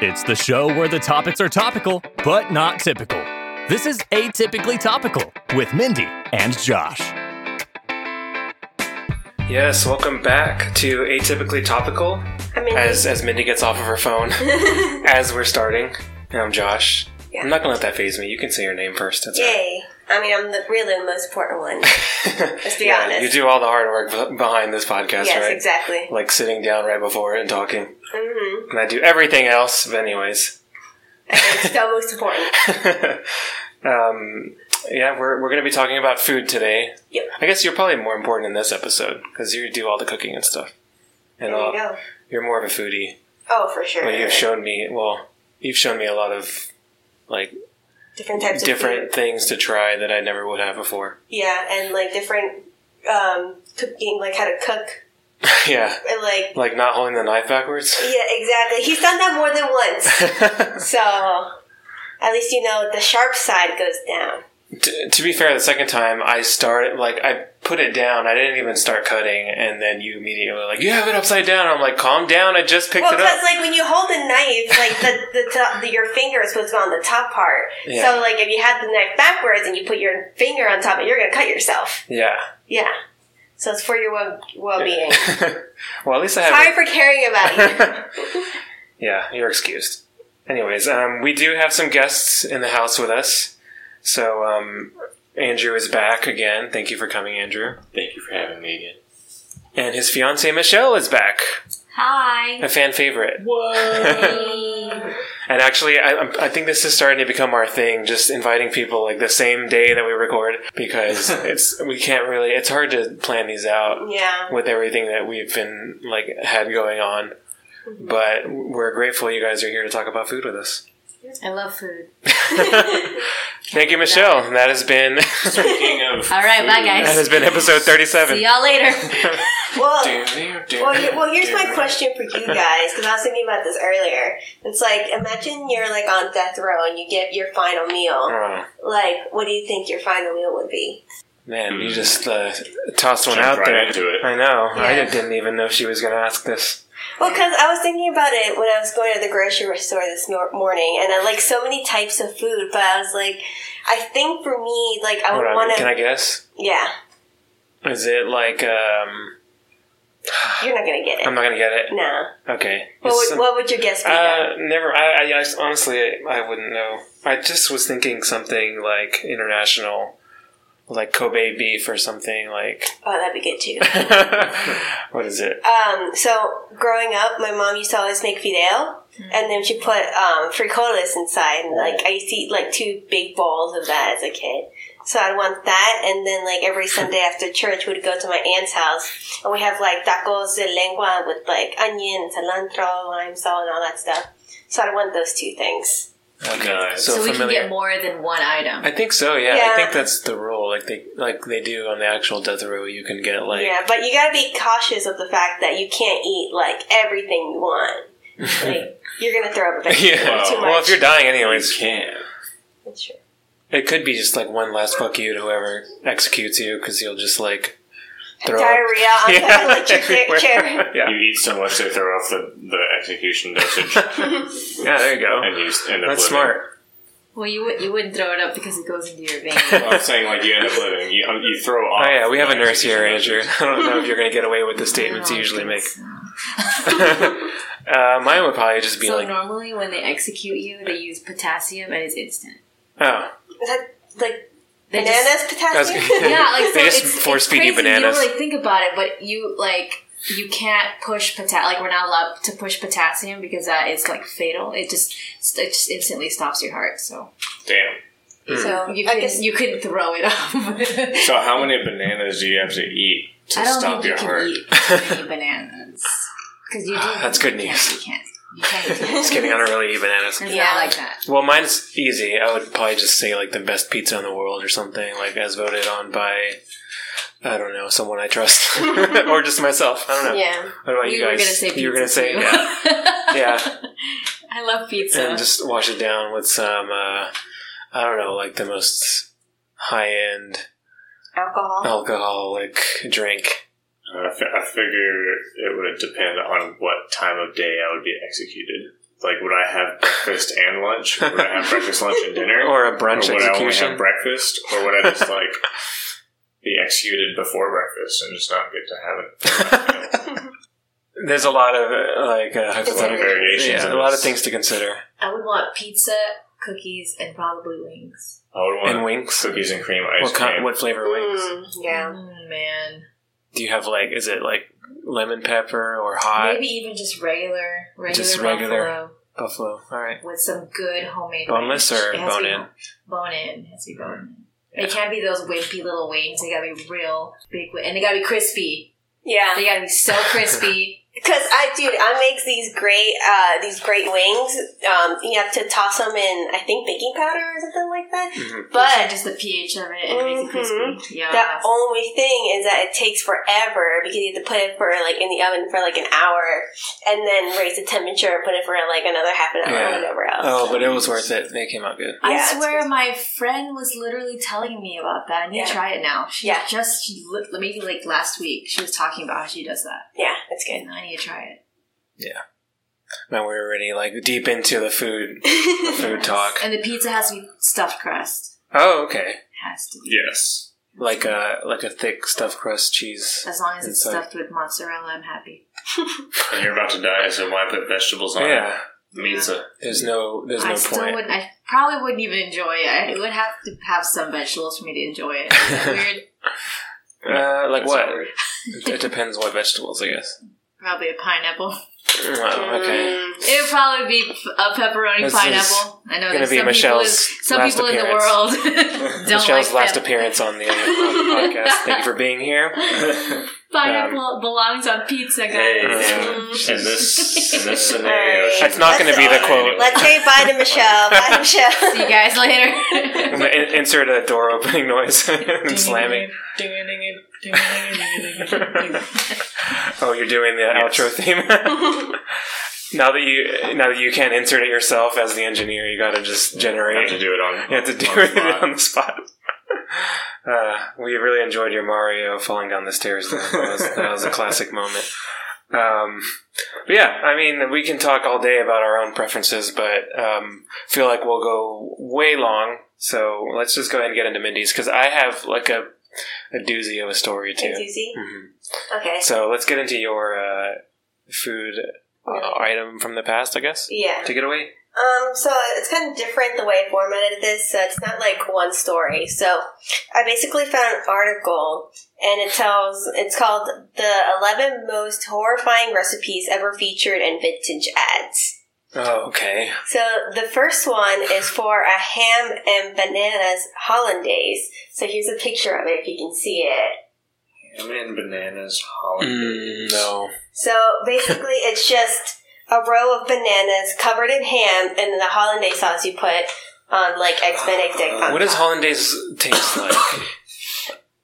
It's the show where the topics are topical, but not typical. This is Atypically Topical with Mindy and Josh. Yes, welcome back to Atypically Topical. I'm in As as Mindy gets off of her phone, as we're starting, and I'm Josh. I'm not gonna let that phase me. You can say your name first. That's all Yay. I mean, I'm the really the most important one. right. Let's be yeah, honest. you do all the hard work be- behind this podcast, yes, right? exactly. Like sitting down right before it and talking, Mm-hmm. and I do everything else. But anyways, It's the most important. um, yeah, we're we're gonna be talking about food today. Yep. I guess you're probably more important in this episode because you do all the cooking and stuff, and There you all- go. you're more of a foodie. Oh, for sure. Well, you've shown me. Well, you've shown me a lot of like different types of different food. things to try that I never would have before. Yeah, and like different um, cooking, like how to cook. yeah, And like, like not holding the knife backwards. yeah, exactly. He's done that more than once. so at least you know the sharp side goes down. T- to be fair, the second time I started like I put it down. I didn't even start cutting, and then you immediately were like you have it upside down. I'm like, calm down. I just picked Well, it up. because like when you hold a knife, like the the, top, the your finger is what's on the top part. Yeah. So like if you had the knife backwards and you put your finger on top, of it, you're gonna cut yourself. yeah. Yeah. So it's for your well well being. well, at least I have. Sorry for caring about you. yeah, you're excused. Anyways, um, we do have some guests in the house with us. So, um, Andrew is back again. Thank you for coming, Andrew. Thank you for having me again. And his fiancee, Michelle, is back. Hi. A fan favorite. What? And actually, I, I'm- I think this is starting to become our thing, just inviting people like the same day that we record because it's, we can't really, it's hard to plan these out Yeah. with everything that we've been, like, had going on. But we're grateful you guys are here to talk about food with us. I love food. Thank you, Michelle. That has been Speaking of. All right, bye, guys. that has been episode See 37. y'all later. Well, well, Well, he- well, here's my question for you guys because I was thinking about this earlier. It's like imagine you're like on death row and you get your final meal. Oh, Like, what do you think your final meal would be? man, you just uh, tossed one Hmm. Jumped out there. right into it. I know. I Yeah. didn't even know she was going to ask this. Well, because I was thinking about it when I was going to the grocery store this mor- morning, and I like so many types of food, but I was like, I think for me, like I Hold would on. want Can I to. guess? Yeah, Is it like, um, you're not gonna get it. I'm not going to get it. no. Okay. What It's- would, what would your guess be? though? uh, never. I, I, I honestly, I, I wouldn't know. I just was thinking something like international, like Kobe beef or something like. oh, that'd be good too. what is it? Um, so growing up, my mom used to always make fideo, Hmm. and then she put um, frijoles inside. And, like I used to eat like two big bowls of that as a kid. So I'd want that, and then like every Sunday after church, we'd go to my aunt's house, and we have like tacos de lengua with like onion, cilantro, lime salt, and all that stuff. So I'd want those two things. Nice. So so we can familiar. get more than one item. I think so. Yeah. I Yeah. think that's the rule. Like they like they do on the actual death row. You can get like yeah, but you gotta be cautious of the fact that you can't eat like everything you want. Like you're gonna throw up a bit. Yeah. Wow. Too much. Well, if you're dying Anyways, anyways, can. That's true. it could be just like one last fuck you to whoever executes you because you'll just like throw up. diarrhea on Yeah, the electric everywhere. chair. yeah. You eat so much they throw off the, the execution dosage Yeah. There you go. and you just end up living. That's smart. well, you would you wouldn't throw it up because it goes into your vein. Well, I'm saying like you end up living. You, um, you throw Oh off. yeah, we have a nurse here, Andrew. execution dosage. I don't know if you're gonna get away with the Oh, statements you usually make. Uh, mine would probably just be So like, normally when they execute you, they use potassium and it's instant. oh, Is that like They bananas that's potassium? good. Just, yeah, like so they just it's, force it's feed you crazy. bananas. don't really think about it, but you like you can't push potassium. Like we're not allowed to push potassium because that is like fatal. It just it just instantly stops your heart. So Damn. Hmm. so you I could, guess you couldn't throw it up. So how many bananas do you have to eat to I don't stop think your you heart? can eat many bananas because you do. Ah, That's good you news. Can't, you can't. You can't. eat just kidding. I don't really eat bananas. It's Yeah. not like that. Well, mine's easy. I would probably just say like the best pizza in the world or something, like as voted on by I don't know someone I trust or just myself. I don't know. yeah. What about We you were guys? gonna say pizza you were gonna say too. yeah, yeah, I love pizza. and just wash it down with some uh, I don't know, like the most high end Alcohol. Oh, alcoholic drink. Uh, I fi- I figure it would depend on what time of day I would be executed. Like, would I have breakfast and lunch? Would I have breakfast, lunch, and dinner? Or a brunch would I only execution. have breakfast? Or would I just, like, be executed before breakfast and just not get to have it? There's a lot of uh, like uh, There's a lot of hypothetical, variations. yeah, in a lot of this. things to consider. I would want pizza, cookies, and probably wings. I would want And winks. cookies and cream ice What kind? cream. What flavor wings? Mm, yeah. Mm, man. Do you have like? Is it like lemon pepper or hot Maybe even just regular, regular Just regular. buffalo buffalo? All right. with some good homemade Boneless ranch. or It has to be bone-in? Bone in. It has to be bone in. They can't be those wimpy little wings. They gotta be real big, wi- and they gotta be crispy. Yeah. They gotta be so crispy. Because I, dude, I make these great, uh, these great wings. Um, you have to toss them in, I think, baking powder or something like Mhm. that. but Mm-hmm. But just the pH of it and make it crispy. Yeah. the only thing is that it takes forever because you have to put it for like in the oven for like an hour, and then raise the temperature and put it for like another half an hour Yeah. or whatever else. Oh, but it was worth it. They came out good. I Yeah, it's swear, my friend was literally telling me about that. I need to Yeah. try it now. She Yeah. just she, li- maybe like last week she was talking about how she does that, Yeah, it's good. and I need to try it. Now we're already like deep into the food the food talk. And the pizza has to be stuffed crust. Oh, okay. Has to be Yes. Like a like a thick stuffed crust cheese. as long as it's Inside. stuffed with mozzarella. I'm happy. And you're about to die, so why put vegetables on it? Yeah. Means a There's no there's I no still point. wouldn't. I probably wouldn't even enjoy it. I would have to have some vegetables for me to enjoy it. Is that weird. Uh, like That's what? not weird. It- it depends what vegetables, I guess. Probably a pineapple. Wow, okay. Mm, It would probably be p- a pepperoni This is pineapple. I know gonna there's be some Michelle's people, some last people in the appearance. world don't Michelle's like last pep- appearance on the, on the podcast. Thank you for being here. Pineapple belongs on pizza, guys. Hey, Uh, in this in this scenario, Alright. That's not going to be the quote. Let's say bye to Michelle. Bye, to See you Michelle. guys later. I'm gonna in- insert a door opening noise and slamming. oh, you're doing the outro theme. now that you now that you can't insert it yourself as the engineer, you got to just I have generate. to it. do it on. You have to do on the it spot. on the spot. Uh, we really enjoyed your Mario falling down the stairs. That was, that was a classic moment. Um, but yeah, I mean, we can talk all day about our own preferences, but um, feel like we'll go way long. So let's just go ahead and get into Mindy's because I have like a, a doozy of a story Thank too. you, see? Mhm. Okay. So let's get into your uh, food uh, item from the past, I guess. Yeah. To get away. Um, so it's kind of different the way I formatted this. So it's not like one story. So I basically found an article, and it tells it's called "The Eleven Most Horrifying Recipes Ever Featured in Vintage Ads." Oh, okay. So the first one is for a ham and bananas hollandaise. So here's a picture of it if you can see it. Ham and bananas, hollandaise. Mm, no. So basically, it's just a row of bananas covered in ham and then the hollandaise sauce you put on like eggs benedict on Oh, What does top. hollandaise taste like?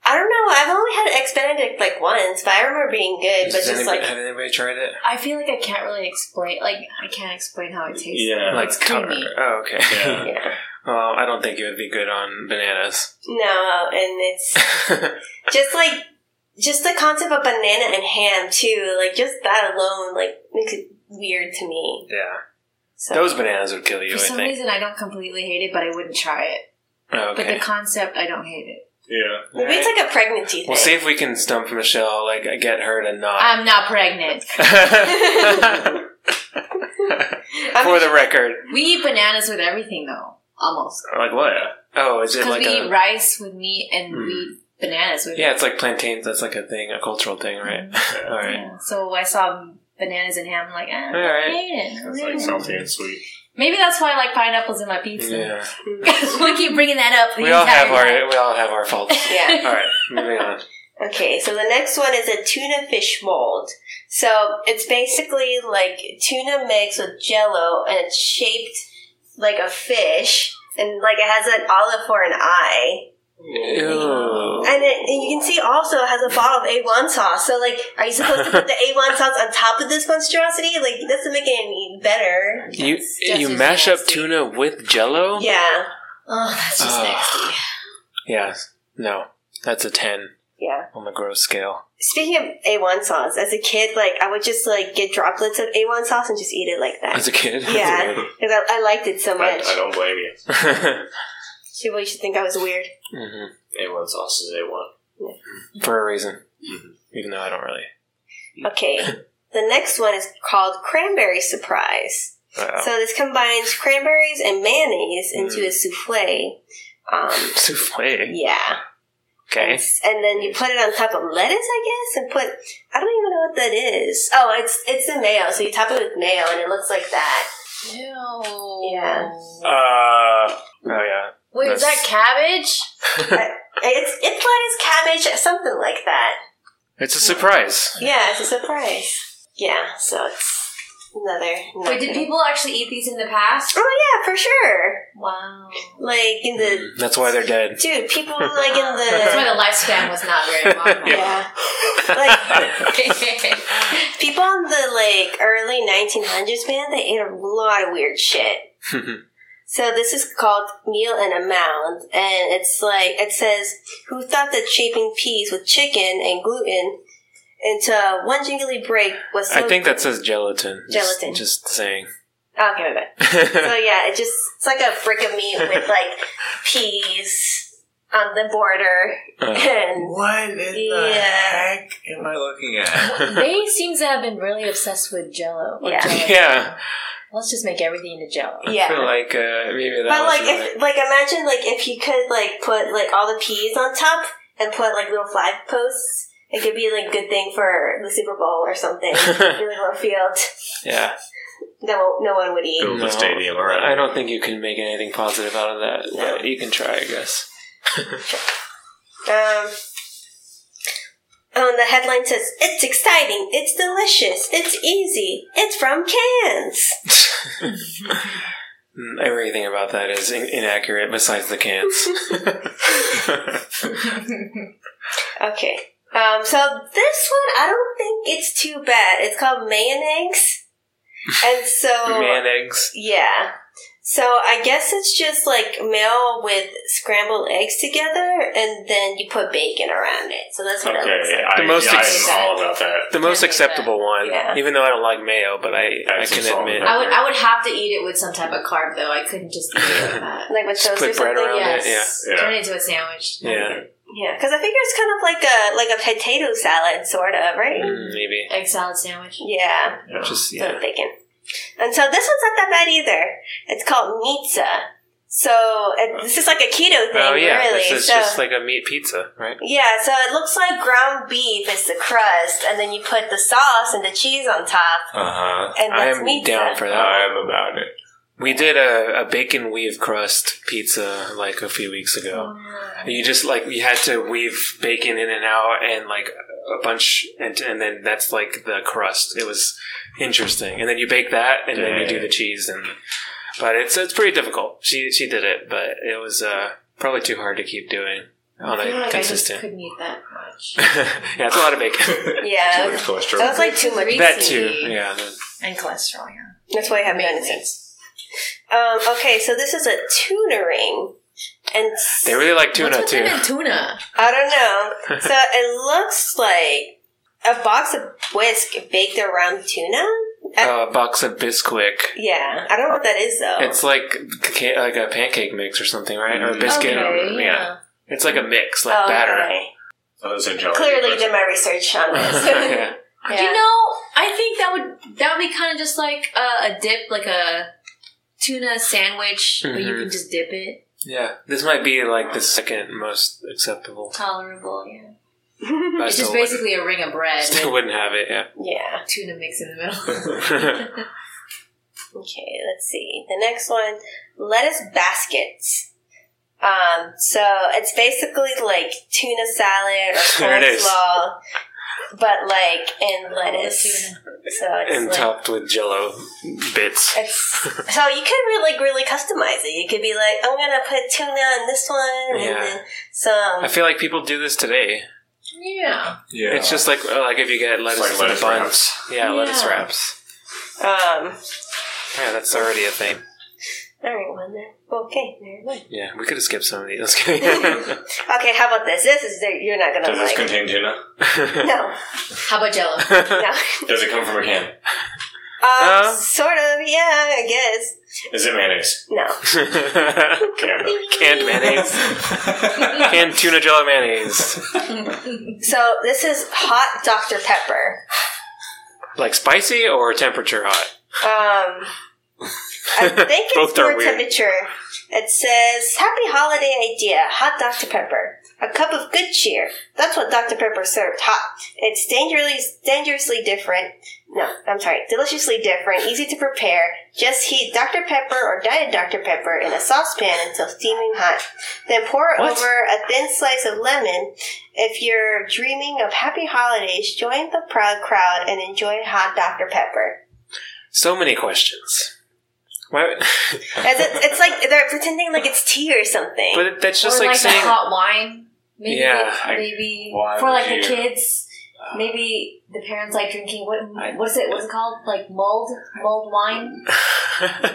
I don't know. I've only had eggs benedict like once, but I remember being good. Does but just anybody- like have anybody tried it? I feel like I can't really explain. Like I can't explain how it tastes. Yeah, like it's creamy. cover- Oh, okay. Yeah. yeah, well, I don't think it would be good on bananas. no, and it's just like just the concept of banana and ham too. Like just that alone, like makes it weird to me. yeah, So those bananas would kill you. For I some think. reason, I don't completely hate it, but I wouldn't try it. Oh, But the okay. concept, I don't hate it. yeah. maybe it's like a pregnancy thing. we'll see if we can stump Michelle. Like, get her to not. I'm not pregnant. Ah. I'm- For the record, We eat bananas with everything, though. Almost like what? Oh, is it because like we a? Hmm. eat rice with meat and we eat bananas with yeah, it's like plantains. That's like a thing, a cultural thing, right? All meat. right. Yeah. So I saw bananas and ham. I'm like, eh, All right. man, It's like Mm. man. salty and sweet. Maybe that's why I like pineapples in my pizza. Yeah. we keep bringing that up. the We all entire have our time. we all have our faults. yeah. All right, moving on. Okay, so the next one is a tuna fish mold. So it's basically like tuna mixed with jello and it's shaped like a fish and like it has an olive for an eye. Ew. And, it, and you can see also it has a bottle of A1 sauce. So like are you supposed to put the A1 sauce on top of this monstrosity? Like it doesn't make it any better. You just you as mash up nasty. tuna with Jello? Yeah. Ah. Oh, that's just Ugh. nasty. Yeah. No, that's a ten. Yeah. on the gross scale. Speaking of A1 sauce, as a kid, like, I would just, like, get droplets of A1 sauce and just eat it like that. As a kid, yeah. Because I, I liked it so I, much. I don't blame you. Mm-hmm. She really should think I was weird. hmm A1 sauce is A1. for a reason. Mm-hmm. Even though I don't really. Okay. The next one is called Cranberry Surprise. Uh, So this combines cranberries and mayonnaise into a souffle. Um, souffle. yeah. Okay. And, and then you put it on top of lettuce, I guess, and put I don't even know what that is. Oh, it's it's the mayo. So you top it with mayo, and it looks like that. Ew. Yeah. Uh, oh yeah. Wait, is that That's- cabbage? It's it's lettuce, cabbage, something like that. It's a surprise. Yeah, it's a surprise. Yeah, so it's another. another. Wait, did people actually eat these in the past? Oh yeah, for sure. Wow. Like in the Mm-hmm. That's why they're dead. dude, people like in That's why the the lifespan was not very long. yeah. Like yeah. people in the like early 1900s, man, they ate a lot of weird shit. So this is called meal and a mound, and it's like it says, "Who thought that shaping peas with chicken and gluten into one jingly break was?" So I think that says gelatin. Just- Gelatin. Just, saying. Oh, okay, my bad. so yeah, it just it's like a brick of meat with like peas on the border, Uh, and What in the Yeah. heck am I looking at? They seem to have been really obsessed with Jello. Or Yeah. Jell-O. yeah. Let's just make everything into Jello. I yeah. feel like uh, maybe that But was like, really- if like imagine like if you could like put like all the peas on top and put like little flag posts, it could be like a good thing for the Super Bowl or something. Be like a little field yeah. that won't, no one would eat. Build a stadium around. I don't think you can make anything positive out of that. But you can try, I guess. Um, oh, and the headline says it's exciting, it's delicious, it's easy, it's from cans. Mm, Everything about that is in- inaccurate besides the cans. Okay. Um, so this one, I don't think it's too bad. It's called mayonnaise, and so Man eggs. Yeah. So I guess it's just like meal with scrambled eggs together, and then you put bacon around it. So that's what it looks Okay, like. I, The most yeah, ex- I'm all about that. The most make that. acceptable one. Yeah. Even though I don't like mayo, but I, I Add some can salt admit. in there. I would I would have to eat it with some type of carb though. I couldn't just eat it with that. Like with Just toast or put bread something. around Yeah, it. Yes. yeah. Turn it into a sandwich. Yeah. yeah. Because I figure it's kind of like a like a potato salad, sort of, right? Mm, maybe. Egg salad sandwich. Yeah, Yeah. Just, yeah. yeah. bacon. And so this one's not that bad either. It's called pizza. So it, this is like a keto thing, Oh, yeah. really. This is so just like a meat pizza, right? Yeah, so it looks like ground beef is the crust, and then you put the sauce and the cheese on top, Uh huh. and I that's am pizza. Uh-huh. down for that. I'm about it. We did a, a bacon weave crust pizza like a few weeks ago. Mm. You just like you had to weave bacon in and out and like a bunch and and then that's like the crust. It was interesting. And then you bake that and then you do the cheese and but it's it's pretty difficult. She she did it, but it was uh probably too hard to keep doing on I a feel like I just consistent. couldn't eat that much. yeah, it's a lot of bacon. Yeah, Too much cholesterol. That was like too much. that too. Yeah. And cholesterol, yeah. That's why I have medicines. Um, okay, so this is a tuna ring, and s- They really like tuna What's with too. them and tuna? I don't know. so it looks like a box of whisk baked around tuna. Oh. Uh, a box of Bisquick. Yeah, I don't know what that is though. It's like ca- like a pancake mix or something, right? Mm. Or a biscuit. Okay, yeah. It's like a mix, like Oh, batter. okay. Oh, that's a jelly Clearly, person. did my research on this. yeah. Yeah. You know, I think that would that would be kind of just like a, a dip, like a tuna sandwich, but you Mhm. can just dip it. Yeah. This might be like the second most acceptable. Tolerable, yeah. I It's just still, wouldn't, basically a ring of bread still with wouldn't have it, yeah. yeah. tuna mix in the middle. Okay, let's see. The next one, lettuce baskets. Um, so it's basically like tuna salad or There it is. coleslaw, but like Oh, in lettuce. So it's and like, topped with jello bits. it's so you could really like really customize it. You could be like, I'm gonna put tuna in this one, and Yeah. then some. I feel like people do this today. yeah. yeah. It's just like uh, like if you get lettuce, like in lettuce a bun. wraps. Yeah, lettuce Yeah. wraps. Um, Yeah, that's already a thing. all right, one there. Okay, never mind. Yeah, we could have skipped some of these. Let's get Okay, how about this? This is you're not gonna Does this like. contain tuna? no, How about Jello? no. Does it come from a can? Um, Uh? sort of. Yeah, I guess. Is it mayonnaise? No. Can. canned mayonnaise, canned tuna jello mayonnaise, So this is hot Dr Pepper. like spicy or temperature hot. Um, I think it's Both are for weird. temperature. It says "Happy Holiday Idea: Hot Dr Pepper, a cup of good cheer." That's what Dr Pepper served hot. It's dangerously dangerously different. No, I'm sorry, deliciously different, easy to prepare. Just heat Dr Pepper or Diet Dr Pepper in a saucepan until steaming hot. Then pour What? over a thin slice of lemon. If you're dreaming of happy holidays, join the proud crowd and enjoy hot Dr Pepper. So many questions. Why? As it, it's like they're pretending like it's tea or something. But that's just or like, like, the saying. hot wine. Maybe, Yeah, they- I- maybe why for like would the you- kids. Maybe the parents like drinking what? Uh, I- What's it? What's it called? Like mulled, mulled wine. Was What?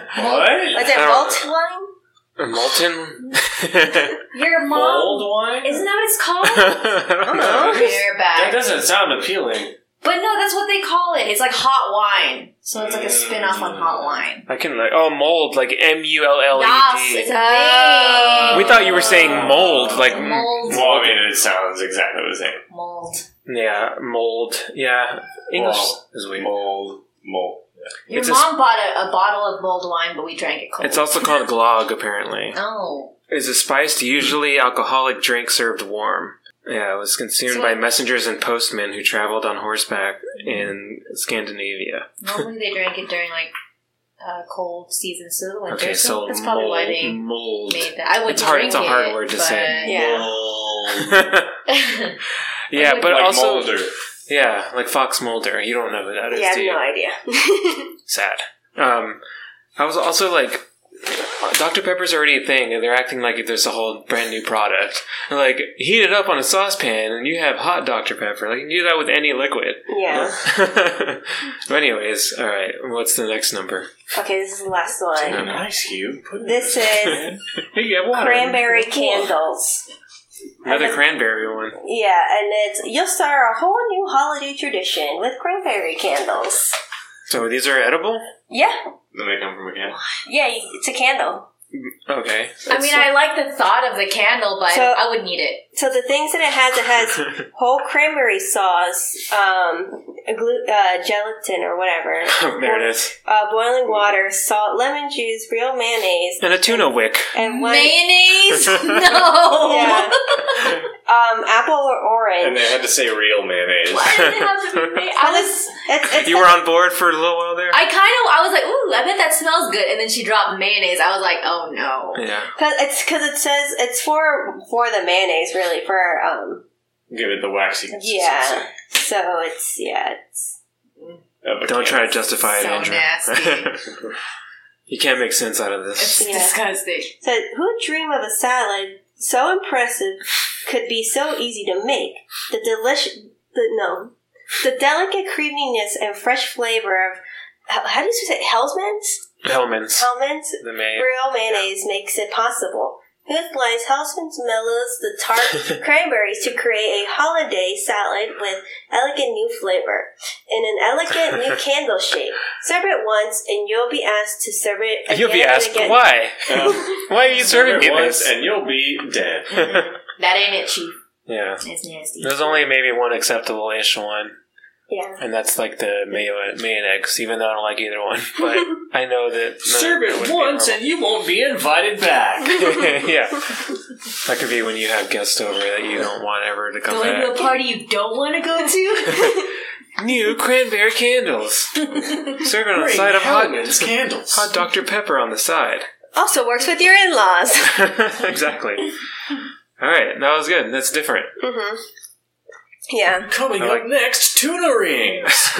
it I don't- malt wine? Molten. Your mom Mulled wine? isn't that what it's called? I don't know. That You're back. doesn't sound appealing. But no, that's what they call it. It's like hot wine. So it's like a spin off on hot wine. I can like oh mold like M U L L Yes, E it's a D. thing. We thought you were saying mold like mm, mold. Well, I mean, it sounds exactly the same. Mold. yeah mold yeah English Well, is weird. Mold. Mold. Your It's a mom bought a, a bottle of mulled wine, but we drank it cold. It's also called glog apparently. oh. is a spiced, usually alcoholic drink served warm. Yeah, it was consumed So- by messengers and postmen who traveled on horseback in Scandinavia. Normally they drank it during like uh, cold season, so the winter. Okay, so that's probably mold, why they mold. made that. I wouldn't It's hard- drink it's a hard it, word to but- say. Yeah. yeah, Like but like also Mulder. yeah, like Fox Mulder. You don't know who that is, Yeah, do I have you? no idea. Sad. Um, I was also like, Dr Pepper's already a thing, and they're acting like if there's a whole brand new product. Like heat it up on a saucepan, and you have hot Dr Pepper. Like you can do that with any liquid. yeah. Anyways, all right. What's the next number? Okay, this is the last one. Um, Nice, Hugh. Put it- This is Hey, you have water. cranberry candles. Another cranberry one. Yeah, and it's you'll start a whole new holiday tradition with cranberry candles. So these are edible. Yeah, Then they come from a can. yeah, you- it's a candle. Okay. I mean, I like the thought of the candle, but So- I would need it. So the things that it has, it has whole cranberry sauce, um, glu- uh, gelatin or whatever, Oh, there it is. uh, boiling water, salt, lemon juice, real mayonnaise, And a tuna wick. and one Mayonnaise? no. yeah. um, apple or orange. And they had to say real mayonnaise. Why did it have to be may- I was. It's, it's You were on board for a little while there. I kind of. I was like, ooh, I bet that smells good. And then she dropped mayonnaise. I was like, oh no. Yeah. Cause it's because it says it's for for the mayonnaise, really for um Give it the waxy. yeah. So it's yeah, it's of a Don't can. try to justify it, So Andrew. nasty. you can't make sense out of this. It's Yeah. disgusting. so who dream of a salad so impressive could be so easy to make the delicious the no the delicate creaminess and fresh flavor of how, how do you say it? Hellman's Hellman's. Hellman's The May. Real mayonnaise makes it possible. Fifth lies Houseman's mellows the tart cranberries to create a holiday salad with elegant new flavor in an elegant new candle shape. Serve it once, and you'll be asked to serve it again You'll be asked and again. why. Um, Why are you serving me it once this? and you'll be dead. That ain't it, chief. yeah. It's nasty. There's only maybe one acceptable-ish one. Yeah. and that's like the mayo, mayo and eggs. Even though I don't like either one, but I know that Serve it once and you won't be invited back. and yeah, that could be when you have guests over that you don't want ever to come Going to a back. party you don't want to go to? Oh, New cranberry candles. Serve it on the Great side of heavens, hot, candles. hot Dr Pepper on the side. Also works with your in-laws. exactly. All right, that was good. That's different. hmm Yeah. Coming I like- up next, tuna rings.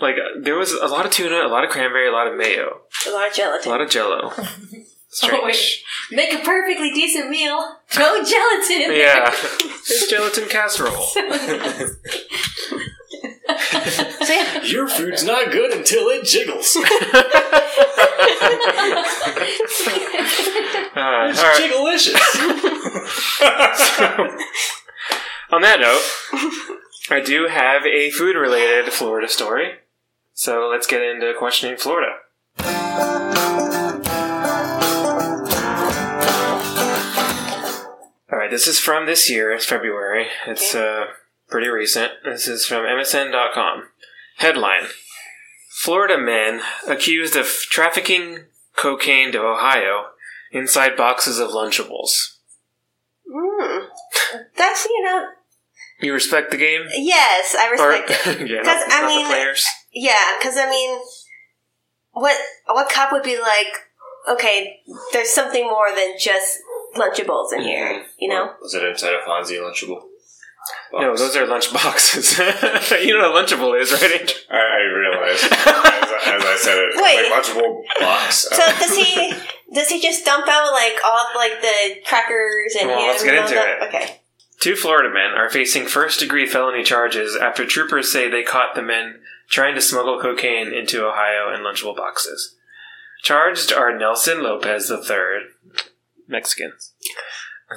like there was a lot of tuna, a lot of cranberry, a lot of mayo, A lot of a gelatin. lot of Jello. Oh, Strange. wait. Make a perfectly decent meal. Throw gelatin in there. Yeah. it's gelatin casserole. So yeah, Your food's not good until it jiggles. Uh, all It's right. jigglicious. On that note, I do have a food related Florida story. So let's get into questioning Florida. All right, this is from this year, it's February. It's uh, pretty recent. This is from MSN.com. Headline Florida men accused of trafficking cocaine to Ohio inside boxes of Lunchables. Mm. That's you know You respect the game? yes, I respect it. yeah, Because, not, I not mean, the players. Yeah, because I mean, what what cop would be like? Okay, there's something more than just Lunchables in here, Mm-hmm. you know? Was it inside a Fonzie Lunchable? No, those are lunch boxes. you know what a lunchable is, right? Angel? I, I realized as, I- as I said it, Wait. like Lunchable box. uh, So does he does he just dump out like all like the crackers and Well, ham let's get and all into that? it. Okay, Two Florida men are facing first degree felony charges after troopers say they caught the men trying to smuggle cocaine into Ohio in lunchable boxes. Charged are Nelson Lopez III, Mexican,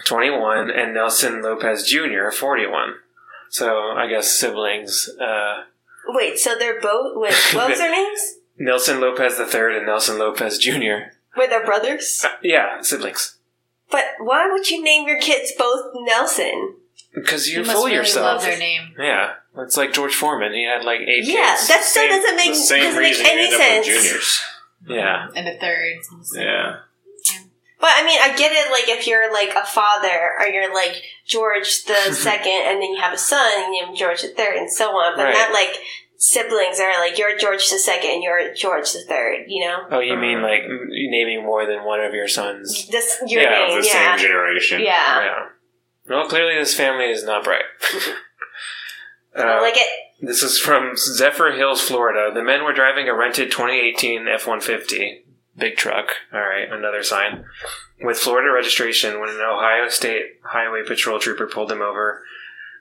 21, and Nelson Lopez Jr., 41. So I guess siblings. Uh, wait. So they're both with what was their names? Nelson Lopez III and Nelson Lopez Jr. Were they brothers? Yeah, siblings. But why would you name your kids both Nelson? Because you, You must fool really yourself. love their name. Yeah, it's like George Foreman. He had like eight yeah, kids. that still doesn't make doesn't make any sense. juniors. yeah, And the third. Yeah. But I mean, I get it. Like, if you're like a father, or you're like George the second, and then you have a son, and you name George the third, and so on. But Right. not like siblings are like you're George the second, and you're George the third. You know, Oh, you mean like m- naming more than one of your sons? this your Yeah, name, Of the yeah, same generation. yeah. Yeah. Well, clearly this family is not bright. I uh, don't like it. This is from Zephyr Hills, Florida. The men were driving a rented 2018 F 150. Big truck. All right, another sign. With Florida registration when an Ohio State Highway Patrol trooper pulled them over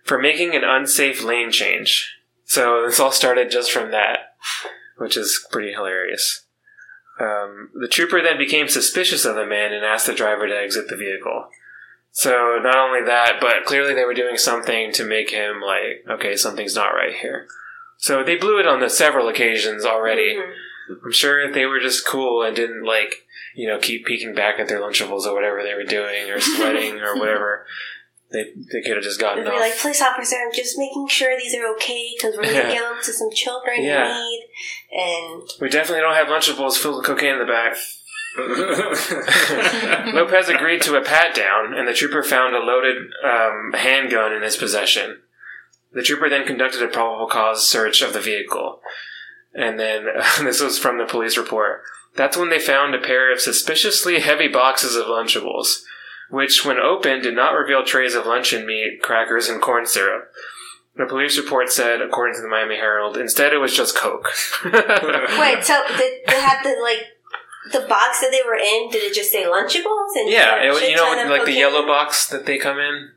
for making an unsafe lane change. So this all started just from that, which is pretty hilarious. Um, the trooper then became suspicious of the man and asked the driver to exit the vehicle. So not only that, but clearly they were doing something to make him like, okay, something's not right here. So they blew it on the several occasions already. Mhm. I'm sure if they were just cool and didn't like, you know, keep peeking back at their lunchables or whatever they were doing or sweating or whatever, they they could have just gotten And off. We're like police officer. I'm just making sure these are okay because we're Yeah. gonna give them to some children Yeah. in need. And we definitely don't have lunchables filled with cocaine in the back. Lopez agreed to a pat down, and the trooper found a loaded um, handgun in his possession. The trooper then conducted a probable cause search of the vehicle. And then, this was from the police report. That's when they found a pair of suspiciously heavy boxes of Lunchables, which, when opened, did not reveal trays of luncheon meat, crackers, and corn syrup. The police report said, according to the Miami Herald, instead it was just Coke. wait, so did they had the like the box that they were in? Did it just say Lunchables? And Yeah, a it, was- shit you know, ton like of the cocaine? yellow box that they come in,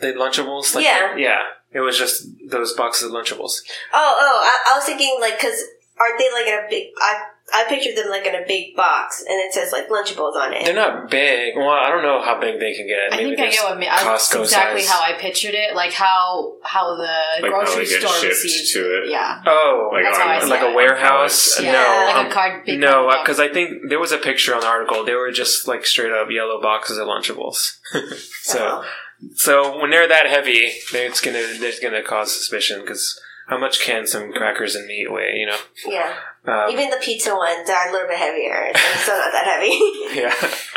the Lunchables. Like, Yeah. yeah. It was just those boxes of Lunchables. Oh, oh, I, I was thinking like because aren't they like in a big? I I pictured them like in a big box and it says like Lunchables on it. They're not big. Well, I don't know how big they can get. I think I there's get what I mean. I- That's Costco exactly size. how I pictured it. Like how how the Like how grocery they get store shipped receives. to it. Yeah. Oh, Like That's how I like, see like it. a warehouse? Yeah. No, like um, a card. Big no, cardboard because I think there was a picture on the article. They were just like straight up yellow boxes of Lunchables. so, Uh-huh. so when they're that heavy, they- it's gonna there's gonna cause suspicion because how much can some crackers and meat weigh? You know. Yeah, Um, even the pizza ones are a little bit heavier. They're still not that heavy. yeah. box.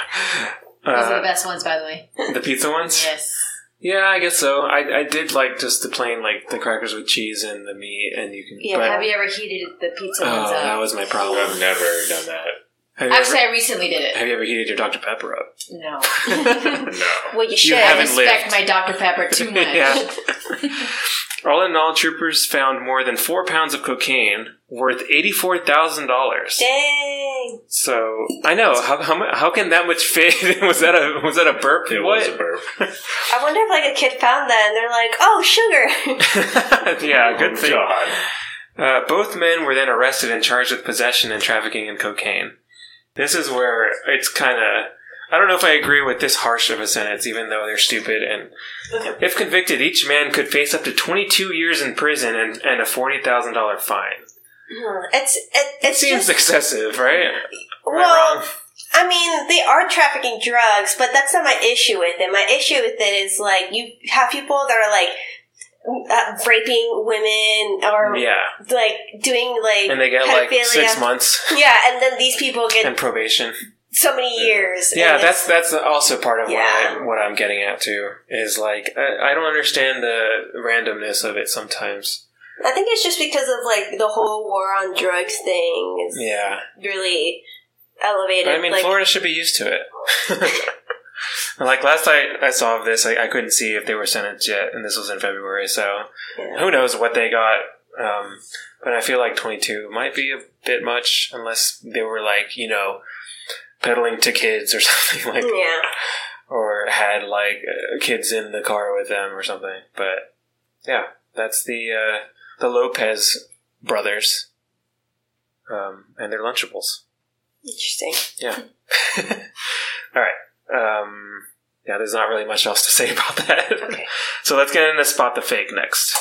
Those are the Uh, best ones, by the way. the pizza ones? Yes. Yeah, I guess so. I, I did like just the plain, like the crackers with cheese and the meat, and you can. Yeah, but- Have you uh, ever heated the pizza oh, ones up? that was my problem. I've never done that. Have you, Actually, ever, I recently did it. have you ever heated your Dr. Pepper up? No. No. well, you You should. I haven't lived. respect my Dr. Pepper too much. yeah. All in all, troopers found more than four pounds of cocaine worth eighty-four thousand dollars. Dang. So I know how, how mu- how can that much fit? was that a was that a burp? It what? was a burp. I wonder if like a kid found that and they're like, oh, sugar. yeah, good thing. Oh, God. Uh, both men were then arrested and charged with possession and trafficking in cocaine. This is where it's kind of. I don't know if I agree with this harsh of a sentence, even though they're stupid. And if convicted, each man could face up to 22 years in prison and, and a $40,000 fine. it's it, It it's seems just, excessive, right? well. I mean, they are trafficking drugs, but that's not my issue with it. My issue with it is like you have people that are like uh, raping women or Yeah, like doing like and they get like six pedophilia. months Yeah, and then these people get and probation. so many years. and Yeah, it's- that's that's also part of Yeah. what, I, what I'm getting at too. Is like I, I don't understand the randomness of it sometimes. I think it's just because of like the whole war on drugs thing is Yeah, really elevated. But I mean, like, Florida should be used to it. like last I, I saw of this, I, I couldn't see if they were sentenced yet, and this was in February, so Yeah. who knows what they got. Um, but I feel like 22 might be a bit much, unless they were like, you know, peddling to kids or something like mm, yeah, or had like uh, kids in the car with them or something. But yeah, that's the uh, the Lopez brothers um, and their Lunchables. interesting. Yeah. All right. Um, yeah, there's not really much else to say about that. so let's get into spot the fake next.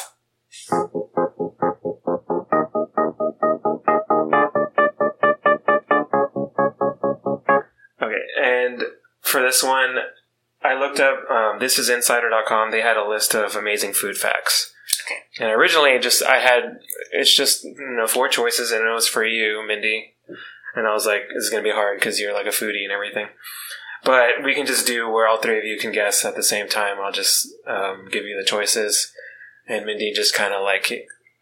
Okay, and for this one, I looked up. Um, this is insider.com. They had a list of amazing food facts. Okay. And originally, it just I had it's just you know four choices, and it was for you, Mindy. And I was like, this is going to be hard because you're like a foodie and everything. But we can just do where all three of you can guess at the same time. I'll just um, give you the choices. And Mindy, just kind of like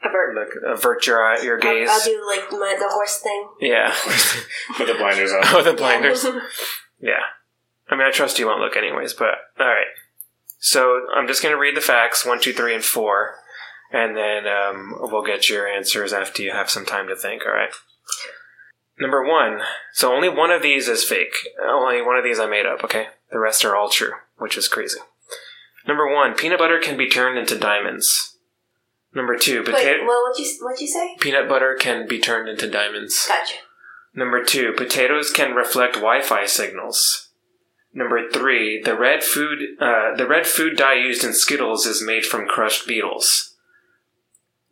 Avert. look, avert your, eye- your gaze. I'll, I'll do like my, the horse thing. yeah. Put the blinders on. oh, the blinders. yeah. I mean, I trust you won't look anyways, but all right. So I'm just going to read the facts one, two, three, and four. And then um, we'll get your answers after you have some time to think, all right? Number one. So only one of these is fake. Only one of these I made up, okay? The rest are all true, which is crazy. Number one, peanut butter can be turned into diamonds. Number two, Wait, potato what would you what'd you say? peanut butter can be turned into diamonds. Gotcha. Number two, potatoes can reflect Wi-Fi signals. Number three, the red food uh, the red food dye used in Skittles is made from crushed beetles.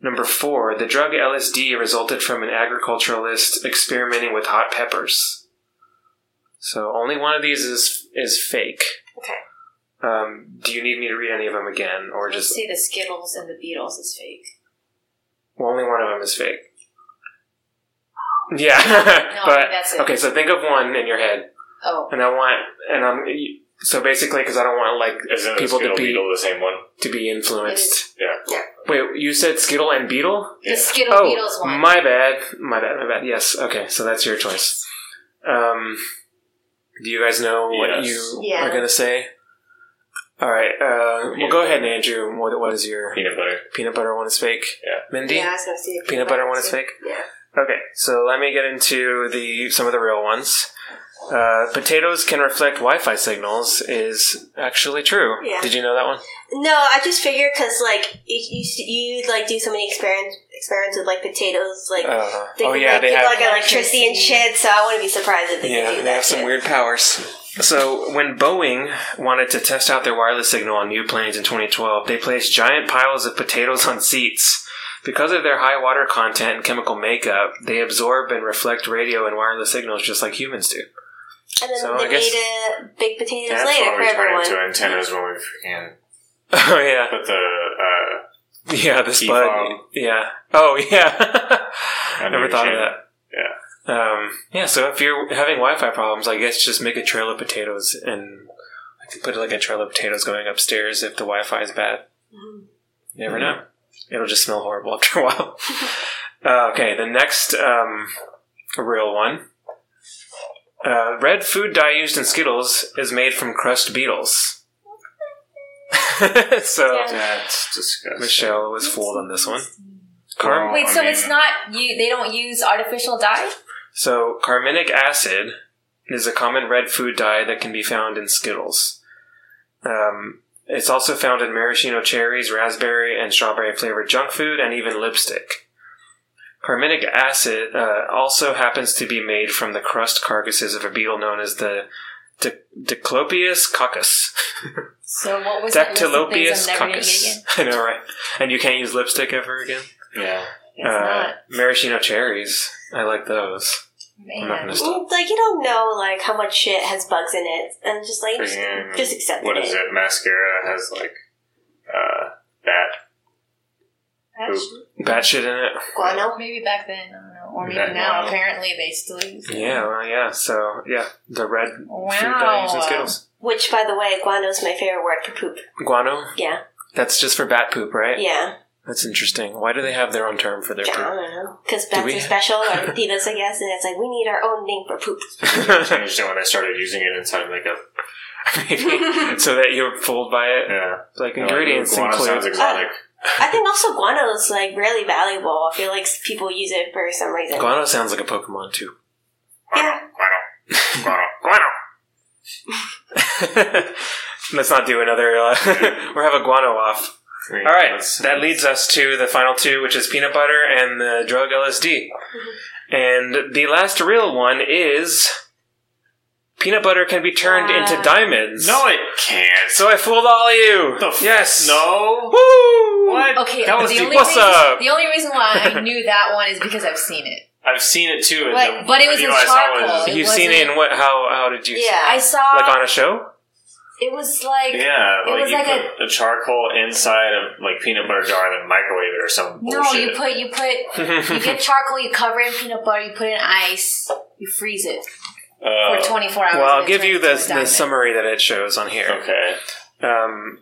Number four, the drug LSD resulted from an agriculturalist experimenting with hot peppers. So only one of these is is fake. Okay. Um, do you need me to read any of them again, or Just just say the Skittles and the Beatles is fake. well, only one of them is fake? Yeah, Oh. No, I think but that's it. okay. So think of one in your head. Oh, and I want, and I'm so basically because I don't want like Isn't People people to Skittle be- Beetle the same one? to be influenced. Yeah. Wait, you said Skittle and Beetle? the Skittle Beatles one. Oh, my bad, my bad, my bad. Yes, okay, so that's your choice. Um, do you guys know what Yes. you Yeah. are gonna say? All right, uh, well, go ahead, Andrew. What, what is your Peanut butter. peanut butter one is fake? Yeah. Mindy, Yeah, I was gonna see if peanut butter one is fake. Yeah. Okay, so let me get into the some of the real ones. Uh, potatoes can reflect Wi-Fi signals is actually true. Yeah. Did you know that one? No, I just figured because like you, you you like do so many experiments experiments with like potatoes like. Uh, they oh could, yeah, like, they give, have. like electricity and shit, so I wouldn't be surprised if they could do yeah, that. they have some shit. weird powers. So when Boeing wanted to test out their wireless signal on new planes in 2012, they placed giant piles of potatoes on seats. Because of their high water content and chemical makeup, they absorb and reflect radio and wireless signals just like humans do. And then So I they guess- made uh, big potatoes That's later when for we turn everyone. into antennas when we freaking oh yeah. put the uh, Yeah, the Key spud. fob. Yeah. Oh, yeah. Under Never your thought chin. of that. Um, yeah, so if you're having Wi-Fi problems, I guess just make a trail of potatoes and I can put like a trail of potatoes going upstairs if the Wi-Fi is bad. You never Mm-hmm. know. It'll just smell horrible after a while. uh, okay, the next um, real one. Uh, red food dye used in Skittles is made from crushed beetles. so That's disgusting. Michelle was fooled on this one. Oh, Car- Wait, I so mean, it's not you? They don't use artificial dye? so carminic acid is a common red food dye that can be found in Skittles. Um, it's also found in maraschino cherries, raspberry, and strawberry flavored junk food, and even lipstick. Carminic acid uh, also happens to be made from the crust carcasses of a beetle known as the D- Diclopius coccus. So what was that list of Dactylopius things I'm never gonna get coccus. again? I know, right? And you can't use lipstick ever again. Yeah. It's Uh, not. maraschino cherries. I like those. I'm not gonna Man. stop. Mm, Like you don't know like how much shit has bugs in it, and just like just, freaking- just accept What it. is it? Mascara has like uh, that poop. Bat shit in it. Guano? Maybe back then, I don't know. Or Back even now, now. apparently they still use it. Yeah, well, yeah. So yeah, the red food dye used in Wow. Skittles. Which, by the way, guano's my favorite word for poop. Guano. Yeah, That's just for bat poop, right? yeah. That's interesting. Why do they have their own term for their I poop? don't know because Do bats we- are special or divas, I guess, and it's like we need our own name for poop. I changed it when I started using it inside makeup. Maybe so that you're fooled by it. Yeah, Like No, ingredients guano sounds include Ah. exotic. I think also guano is like really valuable. I feel like people use it for some reason. guano sounds like a Pokemon too. Yeah. Guano, guano, guano. Let's not do another. Uh, we're have a guano off. I mean, All right, that's- that leads us to the final two, which is peanut butter and the drug LSD. Mm-hmm. And the last real one is peanut butter can be turned Wow. into diamonds. No, it can't. so I fooled all of you. The f- yes. No. Woo! What? Okay, That was the, deep. only What's reason, up? the only reason why I knew that one is because I've seen it. I've seen it too. and But- the but it was video in I saw charcoal. You've seen it in what? How? How did you? Yeah. I saw Like on a show? it was like Yeah, It like was you like put the charcoal inside of like peanut butter jar and then microwave it or some no, bullshit. you put you put you get charcoal, you cover it in peanut butter, you put it in ice, you freeze it for Uh, twenty four hours. Well, and I'll it give turns you into a the the diamond. summary that it shows on here. okay. um,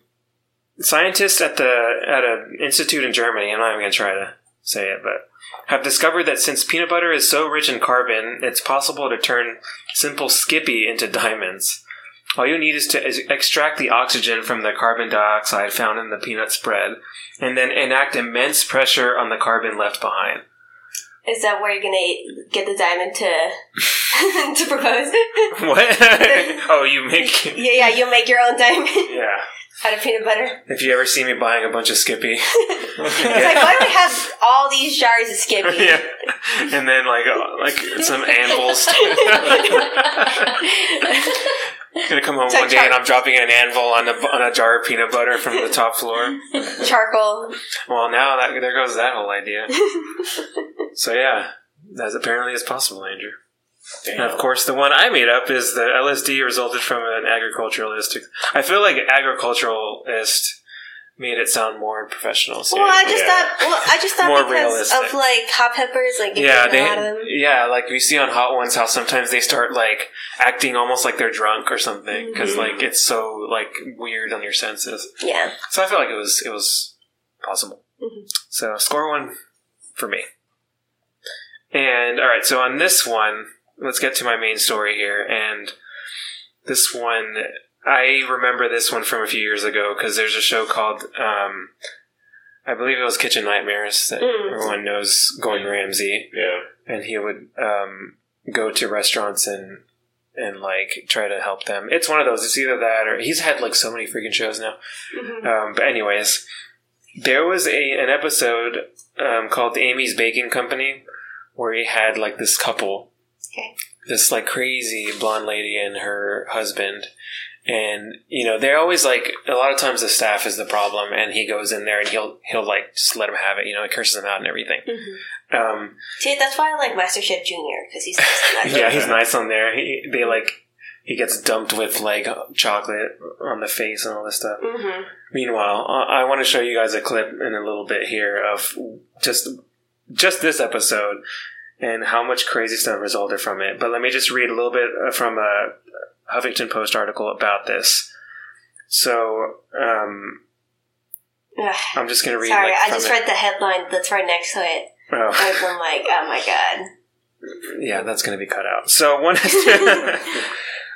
scientists at the at an institute in Germany, and I'm going to try to say it, but have discovered that since peanut butter is so rich in carbon, it's possible to turn simple Skippy into diamonds. All you need is to ex- extract the oxygen from the carbon dioxide found in the peanut spread, and then enact immense pressure on the carbon left behind. Is that where you're gonna get the diamond to to propose? What? oh, you make. yeah, yeah. You'll make your own diamond Yeah. out of peanut butter. If you ever see me buying a bunch of Skippy, It's like why do we have all these jars of Skippy? yeah, and then like uh, like some anvils. Gonna come home So one day and I'm dropping an anvil on a on a jar of peanut butter from the top floor. Charcoal. Well, now that there goes that whole idea. So yeah, that's apparently is possible, Andrew. And of course, the one I made up is that LSD resulted from an agriculturalist. I feel like agriculturalist made it sound more professional. So Well, I just Yeah. thought. Well, I just thought More because realistic. of like hot peppers, like you Yeah, get them out of them. they yeah, like we see on Hot Ones how sometimes they start like acting almost like they're drunk or something because like it's so like weird on your senses. Yeah, So I feel like it was it was possible. So score one for me. And all right, so on this one, let's get to my main story here. And this one, I remember this one from a few years ago because there's a show called, um, I believe it was Kitchen Nightmares that Mm. everyone knows. Gordon Ramsay Yeah. and he would um, go to restaurants and and like try to help them. It's one of those. It's either that or he's had like so many freaking shows now. Um, but anyways, there was a an episode um, called Amy's Baking Company where he had like this couple, Okay. this like crazy blonde lady and her husband. And you know they're always like a lot of times the staff is the problem, and he goes in there and he'll he'll like just let him have it. You know, he curses them out and everything. Um, Mm-hmm. see, that's why I like MasterChef Junior because he's yeah, he's nice on there. He, they like he gets dumped with like chocolate on the face and all this stuff. hmm Meanwhile, I, I want to show you guys a clip in a little bit here of just just this episode and how much crazy stuff resulted from it. But let me just read a little bit uh, from a Huffington Post article about this. So um, I'm just going to read. Sorry, like, I from just it. read the headline that's right next to it. Oh. I was like, oh my god. Yeah, that's going to be cut out. So one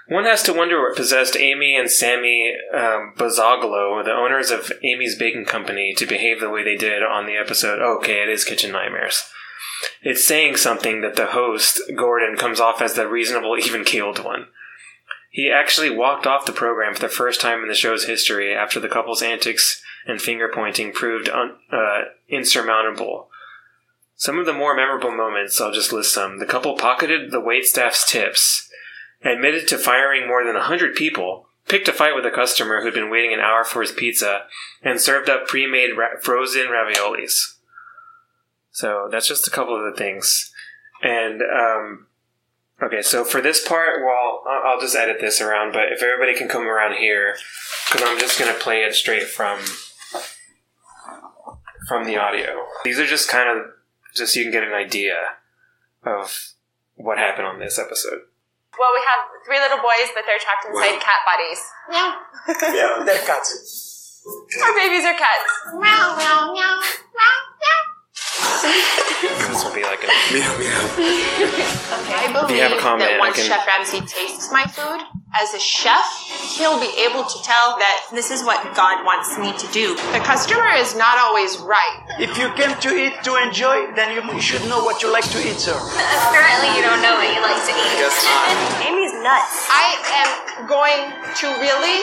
One has to wonder what possessed Amy and Sammy um, Bozzagalo, the owners of Amy's Baking Company, to behave the way they did on the episode. Okay, it is Kitchen Nightmares. It's saying something that the host, Gordon, comes off as the reasonable, even keeled one. He actually walked off the program for the first time in the show's history after the couple's antics and finger pointing proved un- uh, insurmountable. Some of the more memorable moments, I'll just list some. The couple pocketed the waitstaff's tips, admitted to firing more than 100 people, picked a fight with a customer who'd been waiting an hour for his pizza, and served up pre made ra- frozen raviolis. So that's just a couple of the things. And, um, okay, so for this part, well, I- I'll just edit this around, but if everybody can come around here, because I'm just going to play it straight from from the audio. These are just kind of just so you can get an idea of what happened on this episode. Well, we have three little boys, but they're trapped inside cat bodies. Meow. Yeah, they've got to. Our babies are cats. Meow, meow, meow, meow, meow. This will be like a, Meow, meow. I believe have a comment, I that once can- Chef Ramsay tastes my food as a chef, he'll be able to tell that this is what God wants me to do. The customer is not always right. If you came to eat to enjoy, then you should know what you like to eat, sir. Apparently, you don't know what you like to eat. Guess not. Amy's nuts. I am going to really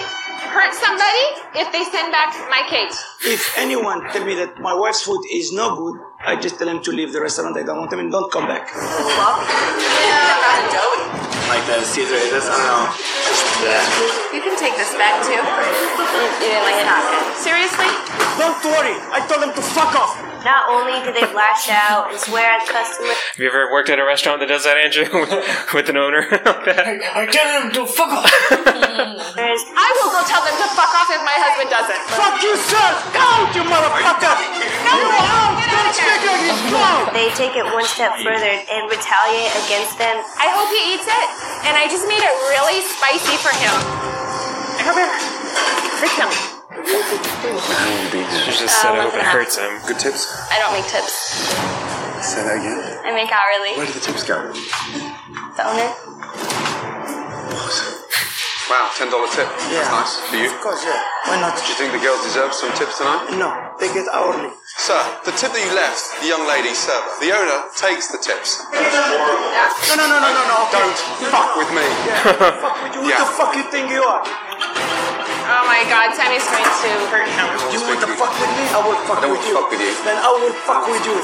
hurt somebody if they send back my cake. If anyone tell me that my wife's food is no good, I just tell them to leave the restaurant. I don't want them and don't come back. Like the Caesar is this? I don't know. You can take this back too. You didn't like it. Seriously? Don't worry. I told them to fuck off. Not only do they lash out and swear at customers, have you ever worked at a restaurant that does that, Andrew, with, with an owner like that? I tell him to fuck off. I will go tell them to fuck off if my husband doesn't. Fuck you, sir. Out, you motherfucker. you out. Don't speak like this. Go. they take it one step further and retaliate against them. I hope he eats it, and I just made it really spicy for him. I hope it hurts him. It's just set up and hurts him. Good tips. I don't make tips. Say that again. I make hourly. Where did the tips go? The owner. Wow, ten dollar tip. Yeah. That's nice for you. Of course, yeah. Why Do not? you think the girls deserve some tips tonight? No, they get hourly. Sir, the tip that you left, the young lady server, the owner takes the tips. No, no, no, no, no, no. Don't fuck with me. Who Yeah. the fuck you think you are? Oh my god, Sammy's going to hurt him. You want to fuck with me? I will fuck I don't with you. fuck with you. Then I will fuck with you.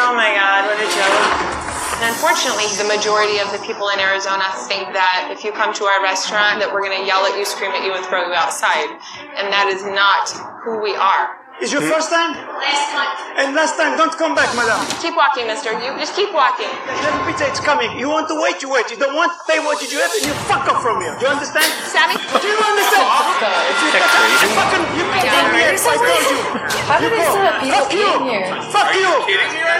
Oh my god, what a joke. And unfortunately, the majority of the people in Arizona think that if you come to our restaurant, that we're going to yell at you, scream at you, and throw you outside. And that is not who we are. Is Hmm? your first time? Last time. And last time, don't come back, madam. Keep walking, mister. You just keep walking. Let me pizza, it's coming. You want to wait, you wait. You don't want to pay what you do have, and you fuck off from here. Do you understand? Sammy? Do you understand? If you catch a fucking, you come down here if I told you. Why would You they go. still have uh, people Fuck you. eating here? Fuck you.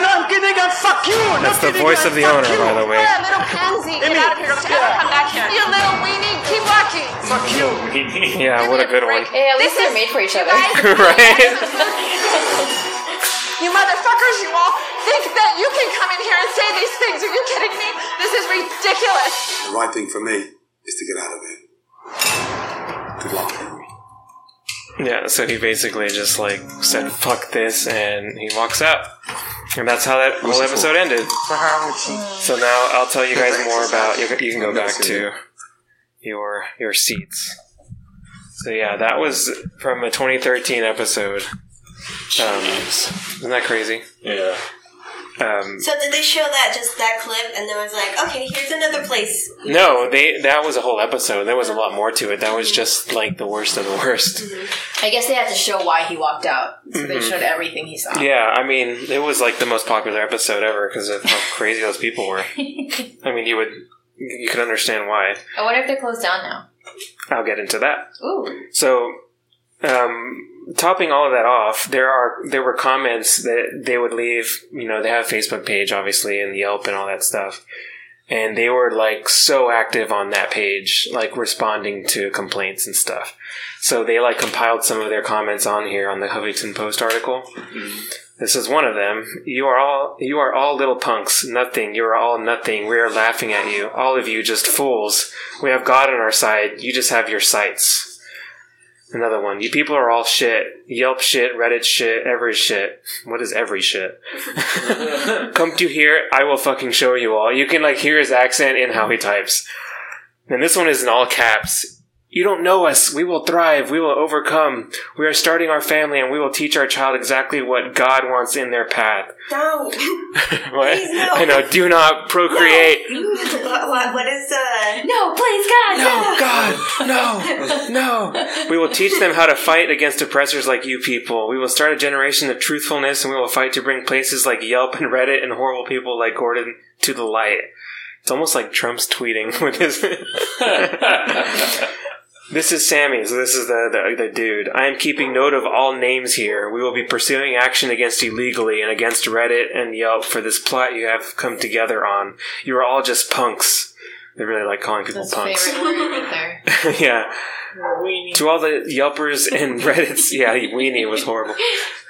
No, I'm kidding. I'm fuck you. That's the voice of the owner, by the way. You're a little pansy. Get Emily. out of here. Don't ever come back here. You little weenie. Keep walking. Fuck you. Yeah, what a good one. Hey, at least This they're is- made for each You other. guys, right? you motherfuckers, you all think that you can come in here and say these things. Are you kidding me? This is ridiculous. The right thing for me is to get out of here. Good luck. Yeah, so he basically just like said, fuck this, and he walks out. And that's how that whole episode ended. So now I'll tell you guys more about. You, you can go back to your your seats. So yeah, that was from a 2013 episode. Um, isn't that crazy? Yeah. Um, So did they show that just that clip and then was like, okay, here's another place. no, they that was a whole episode. There was a lot more to it. That was just like the worst of the worst. I guess they had to show why he walked out. So they showed everything he saw. Mm-hmm. Yeah, I mean, it was like the most popular episode ever because of how crazy those people were. I mean, you would you could understand why. I wonder if they're closed down now. I'll get into that. Ooh. So, um, topping all of that off, there are there were comments that they would leave. You know, they have a Facebook page, obviously, and Yelp and all that stuff. and they were like so active on that page, like responding to complaints and stuff. So they like compiled some of their comments on here on the Huffington Post article. This is one of them. You are all you are all little punks. Nothing. You are all nothing. We are laughing at you. All of you just fools. We have God on our side. You just have your sights. Another one. You people are all shit. Yelp shit, Reddit shit, every shit. What is every shit? Come to here, I will fucking show you all. You can like hear his accent in how he types. And this one is in all caps. You don't know us. We will thrive. We will overcome. We are starting our family and we will teach our child exactly what God wants in their path. Don't. What? no. I know. Do not procreate. what, what- what is the? No, please, God. No, God, no, no. We will teach them how to fight against oppressors like you people. We will start a generation of truthfulness and we will fight to bring places like Yelp and Reddit and horrible people like Gordon to the light. It's almost like Trump's tweeting with his. This is Sammy, so this is the, the the dude. I am keeping note of all names here. We will be pursuing action against you legally and against Reddit and Yelp for this plot you have come together on. You are all just punks. They really like calling people punks. word right there. yeah. To all the Yelpers and Reddits, yeah, weenie was horrible.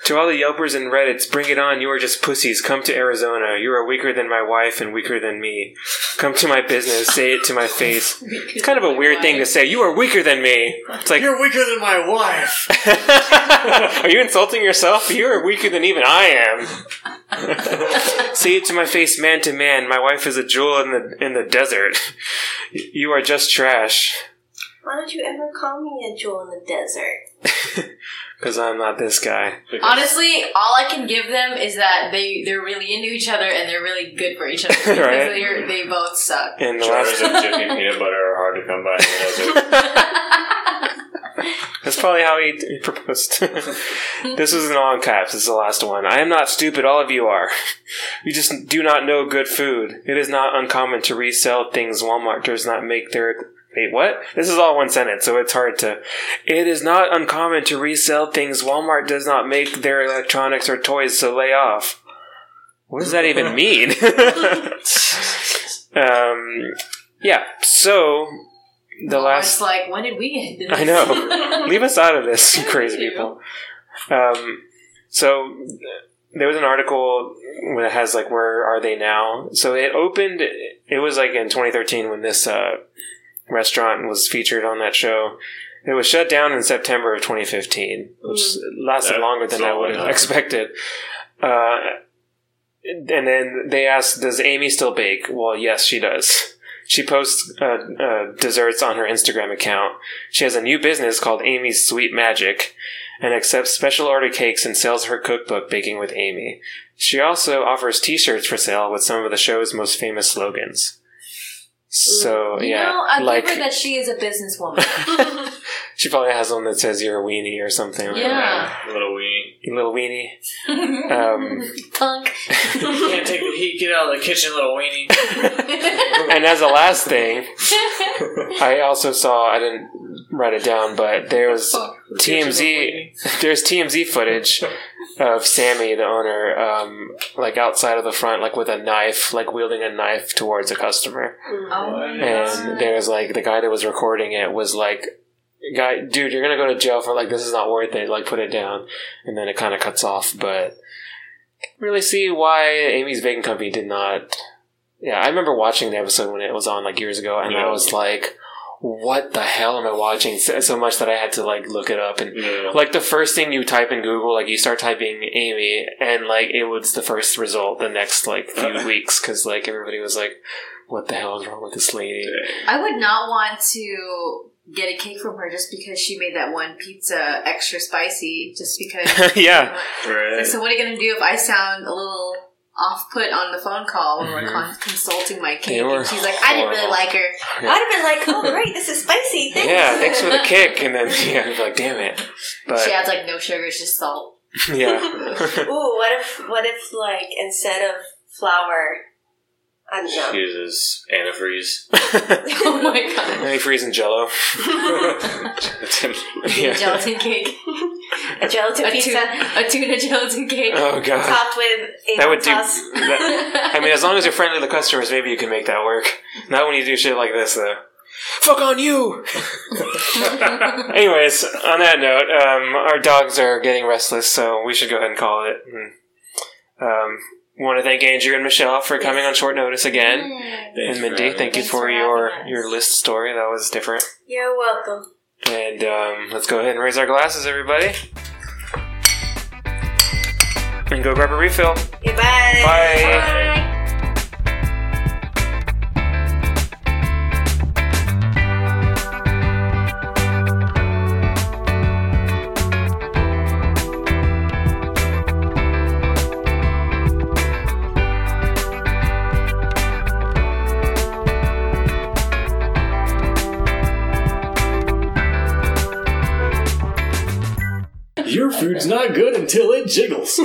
To all the Yelpers and Reddits, bring it on. You are just pussies. Come to Arizona. You are weaker than my wife and weaker than me. Come to my business. Say it to my face. It's kind of a weird thing to say. You are weaker than me. It's like, You're weaker than my wife. are you insulting yourself? You are weaker than even I am. Say it to my face, man to man. My wife is a jewel in the in the desert. You are just trash. Why don't you ever call me a jewel in the desert? Because I'm not this guy. Honestly, all I can give them is that they they're really into each other and they're really good for each other because Right. they're, they both suck. And the Jars last, of Jiffy peanut butter are hard to come by. in the desert. that's probably how he he proposed. this was in all in caps. This is the last one. I am not stupid. All of you are. You just do not know good food. It is not uncommon to resell things Walmart does not make their. Wait, what? This is all one sentence, so it's hard to. It is not uncommon to resell things Walmart does not make their electronics or toys, so lay off. What does that even mean? um, yeah, so the last It's like when did we get this? I know. Leave us out of this, you crazy you. people. Um, so th- there was an article that has like where are they now? So it opened. It was like in 2013 when this uh, restaurant was featured on that show. It was shut down in September of 2015, which lasted That's longer than a I long would have time. expected. Uh, and then they asked, "Does Amy still bake?" Well, yes, she does. She posts uh, uh, desserts on her Instagram account. She has a new business called Amy's Sweet Magic and accepts special order cakes and sells her cookbook Baking with Amy. She also offers t-shirts for sale with some of the show's most famous slogans. So, Mm, Oh, You yeah, know, I like like, her that she is a businesswoman. she probably has one that says you're a weenie or something. like yeah. Little weenie. that. You little weenie. Um, Punk. Can't take the heat. Get out of the kitchen, little weenie. and as a last thing, I also saw I didn't write it down, but there was TMZ. There's TMZ footage of Sammy, the owner, um, like outside of the front, like with a knife, like wielding a knife towards a customer. Oh my And there was like the guy that was recording it was like. Guy, dude, you're gonna go to jail for like this is not worth it. Like, put it down, and then it kind of cuts off. But really, see why Amy's Bacon Company did not yeah, I remember watching the episode when it was on like years ago, and I Yeah. was like, "What the hell am I watching?" So, so much that I had to like look it up. And Yeah. like the first thing you type in Google, like you start typing Amy, and like it was the first result the next like few weeks because like everybody was like, "What the hell is wrong with this lady?" I would not want to get a cake from her just because she made that one pizza extra spicy. Just because. yeah, Right. so what are you gonna do if I sound a little off put on the phone call when we're con- consulting my They cake? Mm-hmm. were And she's like, I didn't really horrible. like her. I'd have been like, oh great, this is spicy. Thanks. yeah. Thanks for the kick, and then yeah, I'd be like, "Damn it!" But She adds like no sugar, it's just salt. yeah, Ooh, what if what if like instead of flour, I don't know. She uses antifreeze. oh my god. Antifreeze and Jello. A yeah. gelatin cake. a gelatin pizza. a tuna gelatin cake. Oh, God. Topped with a That would do. sauce. that- I mean, as long as you're friendly to customers, maybe you can make that work. Not when you do shit like this, though. Fuck on you! Anyways, on that note, um, our dogs are getting restless, so we should go ahead and call it. And, um, want to thank Andrew and Michelle for coming on short notice again, and Mindy, thank you Mm. for, your your list story. That was different. You're welcome. And um, let's go ahead and raise our glasses, everybody, and go grab a refill. Goodbye. Bye. Your food's not good until it jiggles.